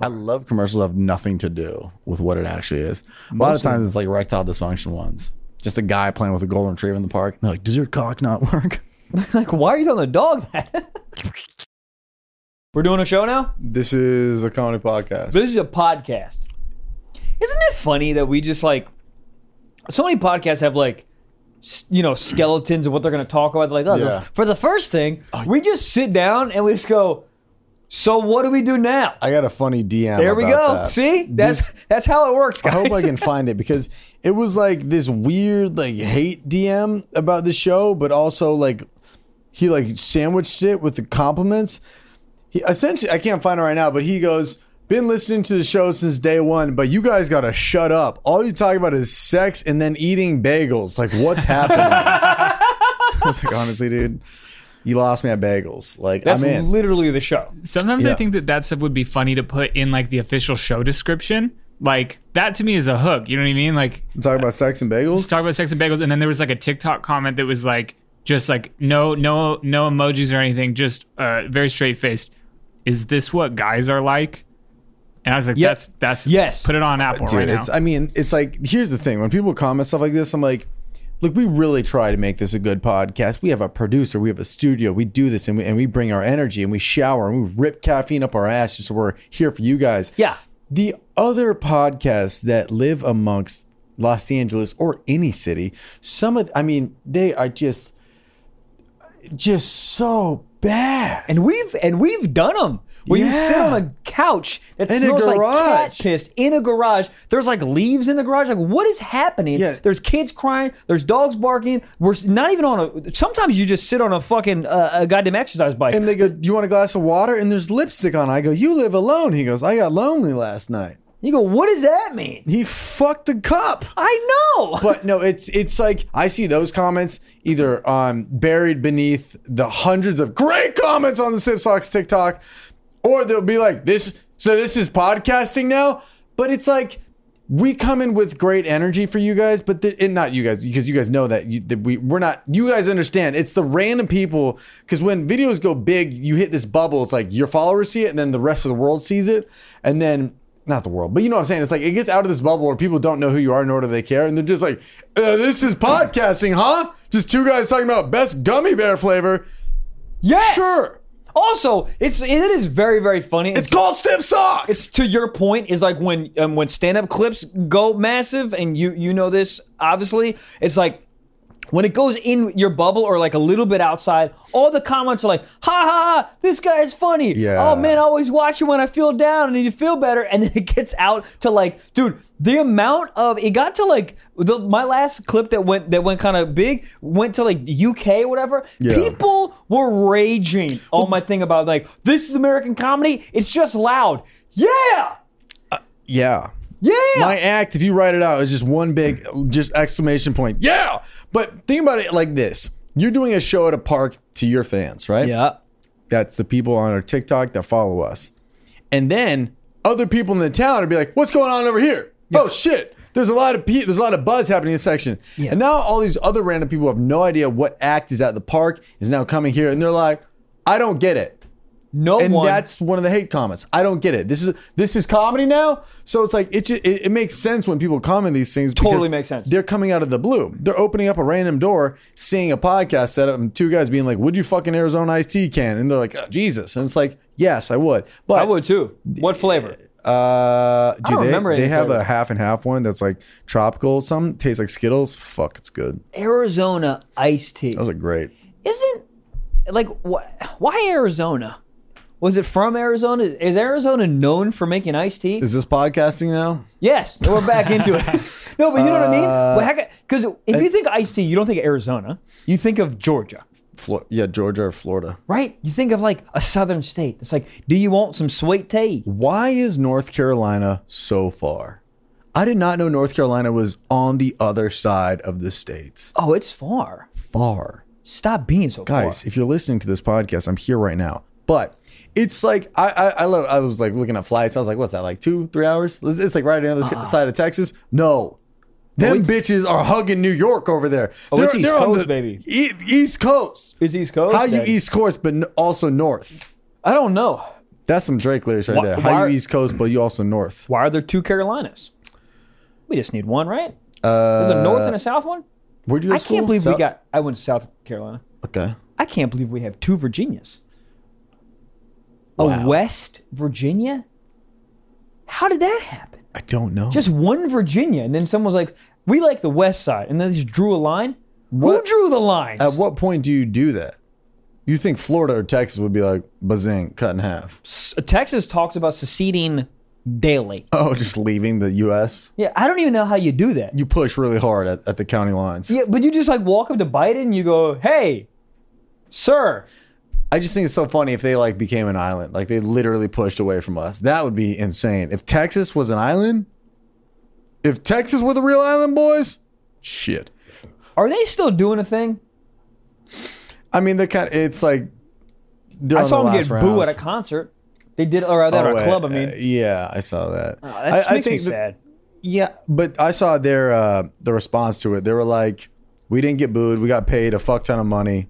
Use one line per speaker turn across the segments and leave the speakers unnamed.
I love commercials that have nothing to do with what it actually is. A lot of times it's like erectile dysfunction ones. Just a guy playing with a golden retriever in the park. and They're like, does your cock not work?
like, why are you telling the dog that? We're doing a show now?
This is a comedy podcast.
This is a podcast. Isn't it funny that we just like so many podcasts have like s- you know skeletons of what they're going to talk about? Like, oh, the-
Yeah. Oh,
for the first thing, we just sit down and we just go. So what do we do now?
I got a funny DM.
there we
about
go.
that.
See, that's that's how it works,
I
guys.
hope I can find it because it was like this weird like hate DM about the show, but also like he like sandwiched it with the compliments. He essentially I can't find it right now, but he goes, "Been listening to the show since day one, but you guys gotta shut up. All you talk about is sex and then eating bagels. Like what's happening?" I was like, honestly, dude. You lost me at bagels. Like
that's
I'm in.
literally the show.
Sometimes I
Yeah.
think that that stuff would be funny to put in like the official show description. Like that to me is a hook. You know what I mean? Like
Talk about sex and bagels.
let's talk about sex and bagels, and then there was like a TikTok comment that was like just like no no no emojis or anything, just uh, very straight faced. Is this what guys are like? And I was like,
Yep.
that's that's
Yes.
Put it on Apple
Dude,
right now.
it's I mean, it's like here's the thing. When people comment stuff like this, I'm like, look, we really try to make this a good podcast. We have a producer, we have a studio, we do this and we and we bring our energy and we shower and we rip caffeine up our ass just so we're here for you guys.
Yeah.
The other podcasts that live amongst Los Angeles or any city, some of I mean, they are just just so bad.
And we've and we've done them. Where you sit
Yeah.
on a couch that
In a
smells like cat
garage.
piss in a garage. There's like leaves in the garage. Like what is happening?
Yeah.
There's kids crying. There's dogs barking. We're s- not even on a. Sometimes you just sit on a fucking uh, a goddamn exercise bike.
And they go, Do you want a glass of water? And there's lipstick on. I go, You live alone. He goes, I got lonely last night.
you go, what does that mean?
He fucked a cup.
I know.
But no, it's it's like I see those comments either um, buried beneath the hundreds of great comments on the Sip Socks TikTok, or they'll be like this. So this is podcasting now, but it's like we come in with great energy for you guys, but the, and not you guys because you guys know that, you, that we we're not. You guys understand it's the random people because when videos go big, you hit this bubble. It's like your followers see it, and then the rest of the world sees it, and then not the world, but you know what I'm saying. It's like it gets out of this bubble where people don't know who you are, nor do they care, and they're just like, uh, "This is podcasting, huh? Just two guys talking about best gummy bear flavor."
yes.
Sure,
Also, it's it is very very funny.
it's called stiff socks.
it's to your point is like when um, when stand up clips go massive and you you know this obviously it's like when it goes in your bubble or like a little bit outside, all the comments are like, ha ha, ha this guy's funny.
Yeah.
Oh man, I always watch you when I feel down and you feel better. And then it gets out to like, dude, the amount of it got to like the, my last clip that went that went kind of big went to like UK whatever. People were raging on my thing about like this is American comedy. It's just loud. Yeah.
yeah.
Yeah.
My act, if you write it out, is just one big just exclamation point. Yeah. But think about it like this. You're doing a show at a park to your fans, right?
yeah.
That's the people on our TikTok that follow us. And then other people in the town would be like, "What's going on over here? Oh shit! There's a lot of pe- there's a lot of buzz happening in this section." And now all these other random people who have no idea what act is at the park is now coming here, and they're like, "I don't get it."
No
and
one.
that's one of the hate comments. I don't get it. This is this is comedy now, so it's like it ju- it, it makes sense when people comment these things. because
Totally makes sense.
They're coming out of the blue. They're opening up a random door, seeing a podcast set up, and two guys being like, "Would you fucking Arizona iced tea can?" And they're like, oh, "Jesus!" And it's like, "Yes, I would." But
I would too. What flavor?
Uh,
don't
dude, they,
remember
they
any
have a
flavors.
half and half one that's like tropical. Some tastes like Skittles. Fuck, it's good.
Arizona iced tea.
Those are great.
Isn't like wh- why Arizona? Was it from Arizona? Is Arizona known for making iced tea?
Is this podcasting now?
yes, we're back into it. No, but you know what I mean.
Uh,
Because if you think iced tea, you don't think Arizona. You think of Georgia,
Flo- yeah, Georgia or Florida.
right? You think of like a southern state. It's like, do you want some sweet tea?
Why is North Carolina so far? I did not know North Carolina was on the other side of the states.
Oh, it's far.
Far.
Stop being so
Guys, if you're listening to this podcast, I'm here right now. But it's like I I, I, love, I was like looking at flights. I was like, what's that? Like two, three hours? It's it's like right on the other
Ah.
side of Texas. No, them bitches are hugging New York over there.
Oh, it's East Coast, baby.
E- East Coast.
far. Is East Coast?
How you
then?
East Coast, but n- also North?
I don't know.
That's some Drake lyrics right
Why-
there. How
why-
you East Coast, but you also North.
Why are there two Carolinas? We just need one, right? Uh, There's a north and a south one.
Where'd you go
I
to school?
can't believe
South-
we got. I went to South Carolina.
Okay.
I can't believe we have two Virginias.
Wow.
A West Virginia. How did that happen?
I don't know.
Just one Virginia, and then someone was like, "We like the West Side," and then they just drew a line.
What-
Who drew the lines?
At what point do you do that? You think Florida or Texas would be like, bazing, cut in half.
S- Texas talks about seceding daily.
Oh, just leaving the U.S.?
Yeah, I don't even know how you do that.
You push really hard at, at the county lines.
Yeah, but you just like walk up to Biden and you go, "Hey, sir."
I just think it's so funny if they like became an island. Like they literally pushed away from us. That would be insane. If Texas was an island, if Texas were the real island, boys, shit.
Are they still doing a thing?
I mean, they're kind of, it's like, they're
I
on
saw
the
them
last
get booed
rounds.
at a concert. They did, or at
Oh,
a
uh,
club. I mean,
uh, yeah, I saw that.
Oh, that makes
I, I
me
think that-
sad.
yeah, but I saw their uh, the response to it. They were like, "We didn't get booed. We got paid a fuck ton of money.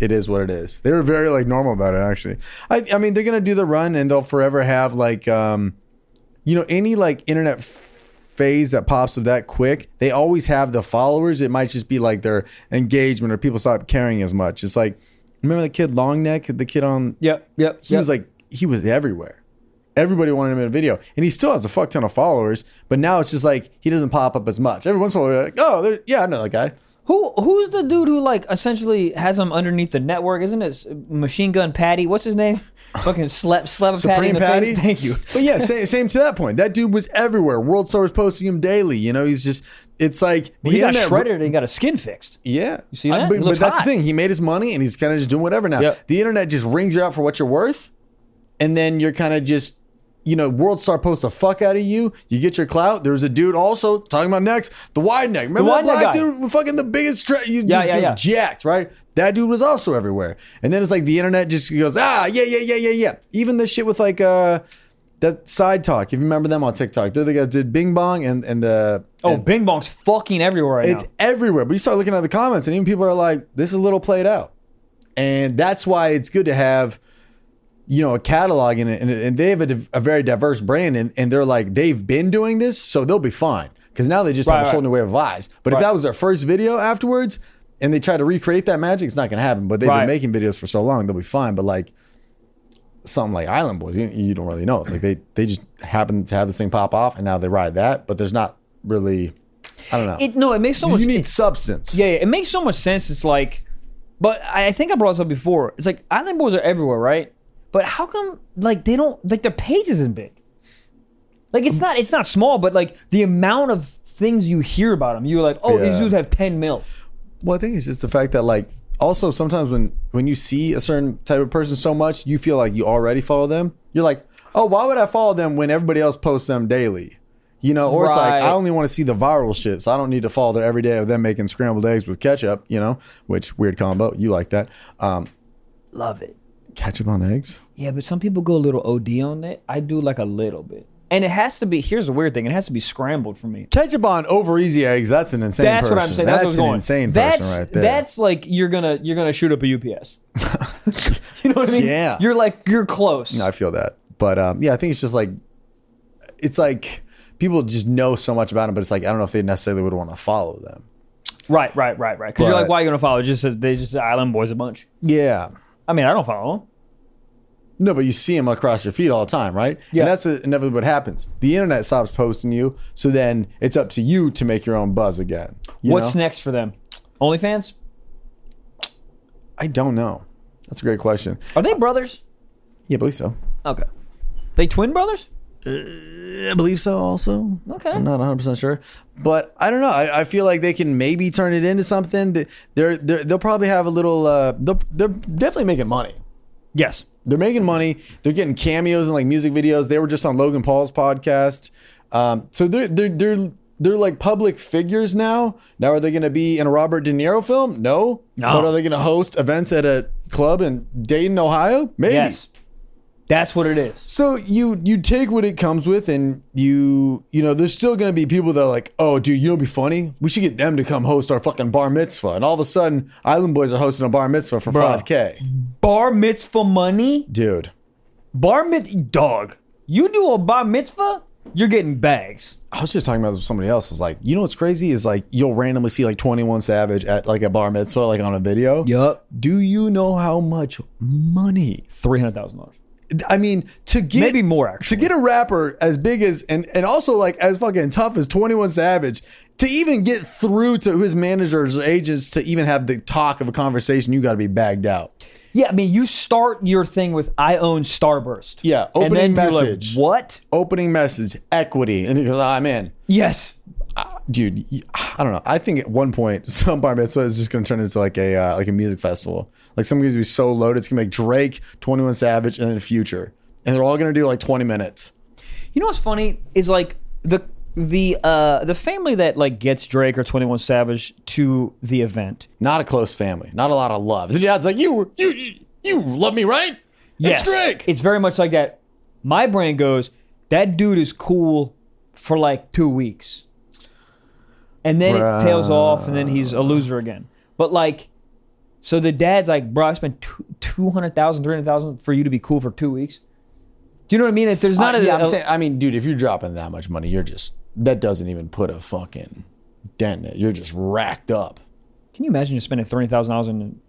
It is what it is." They were very like normal about it. Actually, I I mean, they're gonna do the run and they'll forever have like um, you know, any like internet. F- phase that pops up that quick they always have the followers it might just be like their engagement or people stop caring as much it's like remember the kid long neck the kid on
Yep, yep.
he was like he was everywhere. Everybody wanted him in a video, and he still has a fuck ton of followers. But now it's just like he doesn't pop up as much. Every once in a while, we're like, oh, there- yeah, I know that guy.
who who's the dude who like essentially has him underneath the network? Isn't it S- Machine Gun Patty? What's his name? Fucking slap slap a Patty.
Supreme
in the face.
Patty.
Thank you.
But yeah, same, same to that point. That dude was everywhere. World Star was posting him daily. You know, he's just. It's like the
He got
internet-
shredded and he got his skin fixed.
Yeah, you
see that? He
But, but
looks
that's
hot.
the thing. He made his money, and he's kind of just doing whatever now.
Yep.
The internet just rings you out for what you're worth, and then you're kind of just. You know, World Star posts the fuck out of you. You get your clout. There's a dude also talking about next, the wide neck. Remember
wide
that
neck
black
guy.
dude, with fucking the biggest, tra- you,
Yeah,
you-
yeah,
you
yeah.
jacked, right? That dude was also everywhere. And then it's like the internet just goes, ah, yeah, yeah, yeah, yeah, yeah. Even the shit with like uh that side talk. If you remember them on TikTok, they're the guys did Bing Bong and and the
Oh,
and-
Bing Bong's fucking everywhere right
it's
now.
everywhere. But you start looking at the comments, and even people are like, "This is a little played out," and that's why it's good to have, you know, a catalog in it. And, and they have a, div- a very diverse brand, and, and they're like, they've been doing this, so they'll be fine because now they just
Right,
have a whole
right.
new way of eyes. But if that was their first video afterwards, and they try to recreate that magic, it's not going to happen. But they've
Right.
been making videos for so long, they'll be fine. But like. Something like Island Boys, you, you don't really know. It's like they they just happen to have this thing pop off, and now they ride that. But there's not really, I don't know
It, no, it makes so much.
you need
it-
substance.
yeah, yeah, it makes so much sense. It's like, but I I think I brought this up before. It's like Island Boys are everywhere, right? But how come like they don't like their page isn't big? Like
Um,
it's not it's not small, but like the amount of things you hear about them, you're like, oh, these
Yeah.
dudes have ten mil.
Well, I think it's just the fact that like also sometimes when when you see a certain type of person so much, you feel like you already follow them. You're like, oh, why would I follow them when everybody else posts them daily? You know, or it's like
Right.
I only want to see the viral shit, so I don't need to follow their every day of them making scrambled eggs with ketchup. You know, which weird combo. You like that? Um,
Love it.
ketchup on eggs.
Yeah, but some people go a little OD on it. I do like a little bit, and it has to be. Here's the weird thing: it has to be scrambled for me.
Ketchup on over easy eggs. That's an insane.
That's what I'm
person.
saying. That's,
That's,
what's
an
going.
insane
that's,
person right there.
That's like you're gonna you're gonna shoot up a UPS. you know what I mean?
Yeah.
You're like you're close.
I feel that. But um, yeah, I think it's just like it's like people just know so much about them, but it's like I don't know if they necessarily would want to follow them.
Right, right, right, right. Because you're
But-
like, why are you gonna follow? It just says they just say Island Boys a bunch.
Yeah.
I mean, I don't follow them.
No, but you see them across your feed all the time, right?
Yeah.
And that's uh inevitably what happens. The internet stops posting you, so then it's up to you to make your own buzz again. You
What's
know?
next for them? OnlyFans?
I don't know. That's a great question.
Are they brothers?
Yeah, I believe so.
Okay. They twin brothers?
I believe so also.
Okay.
I'm not 100% sure. But I don't know. I, I feel like they can maybe turn it into something. That they're, they're, they'll probably have a little, uh, they'll, they're definitely making money.
Yes.
They're making money. They're getting cameos and like music videos. They were just on Logan Paul's podcast. Um, so they're they're they're they're like public figures now. Now are they going to be in a Robert De Niro film? No.
No.
But are they going to host events at a club in Dayton, Ohio? Maybe.
Yes. That's what it is.
So you you take what it comes with, and you you know there's still going to be people that are like, oh dude, you know, what'd be funny. We should get them to come host our fucking bar mitzvah, and all of a sudden, Island Boys are hosting a bar mitzvah for five k,
Bar mitzvah money?
dude.
Bar mit dog. You do a bar mitzvah, you're getting bags.
I was just talking about this with somebody else. It's like, you know what's crazy is like you'll randomly see like 21 Savage at like a bar mitzvah, like on a video.
Yup.
Do you know how much money?
Three hundred thousand dollars.
I mean, to get
Maybe more
to
actually.
get a rapper as big as and and also like as fucking tough as 21 Savage to even get through to his managers or agents to even have the talk of a conversation, you got to be bagged out.
Yeah, I mean, you start your thing with "I own Starburst."
Yeah,
and then
opening
you're like,
message.
what?
Opening message, equity, and he goes, "Ah, "I'm in."
Yes.
dude y- i don't know i think at one point some bar mitzvah is just going to turn into like a uh, like a music festival like some going to be so loaded it's going to make drake 21 savage and then future and they're all going to do like 20 minutes
You know what's funny is like the the uh the family that like gets Drake or Twenty One Savage to the event.
not a close family not a lot of love the dad's like you were- you you love me right
Yes,
it's drake
It's very much like that. My brain goes, that dude is cool for like two weeks, and then it tails off, and then he's a loser again. But like, so the dad's like, bro, I spent two- 200,000, 300,000 for you to be cool for two weeks. Do you know what I mean? If there's not
I,
a,
Uh,
uh,
yeah, I'm
a-
saying, I mean dude if you're dropping that much money you're just that doesn't even put a fucking dent in it you're just racked up
can you imagine just spending three hundred thousand dollars and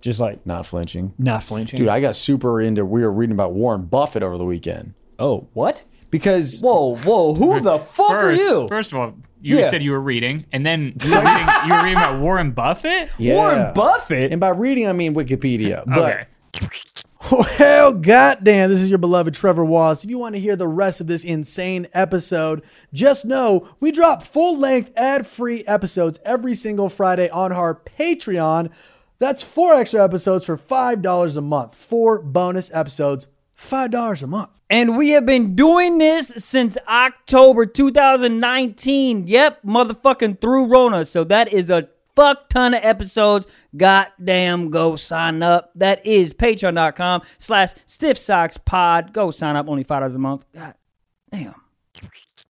just like
not flinching
not flinching?
dude i got super into we were reading about warren buffett over the weekend
oh, what?
because
Whoa, whoa! Who the fuck
first,
are you?
First of all, you
Yeah.
said you were reading, and then you were reading, you were reading about Warren Buffett.
Yeah.
Warren Buffett.
And by reading, I mean Wikipedia.
Okay.
But well, goddamn, this is your beloved Trevor Wallace. If you want to hear the rest of this insane episode, just know we drop full length ad free episodes every single Friday on our Patreon. That's four extra episodes for $5 a month, four bonus episodes, $5 a month.
And we have been doing this since October 2019. Yep, motherfucking through Rona. So that is a fuck ton of episodes. Goddamn, go sign up. That is patreon.com slash stiff socks pod. Go sign up, only $5 a month. God damn.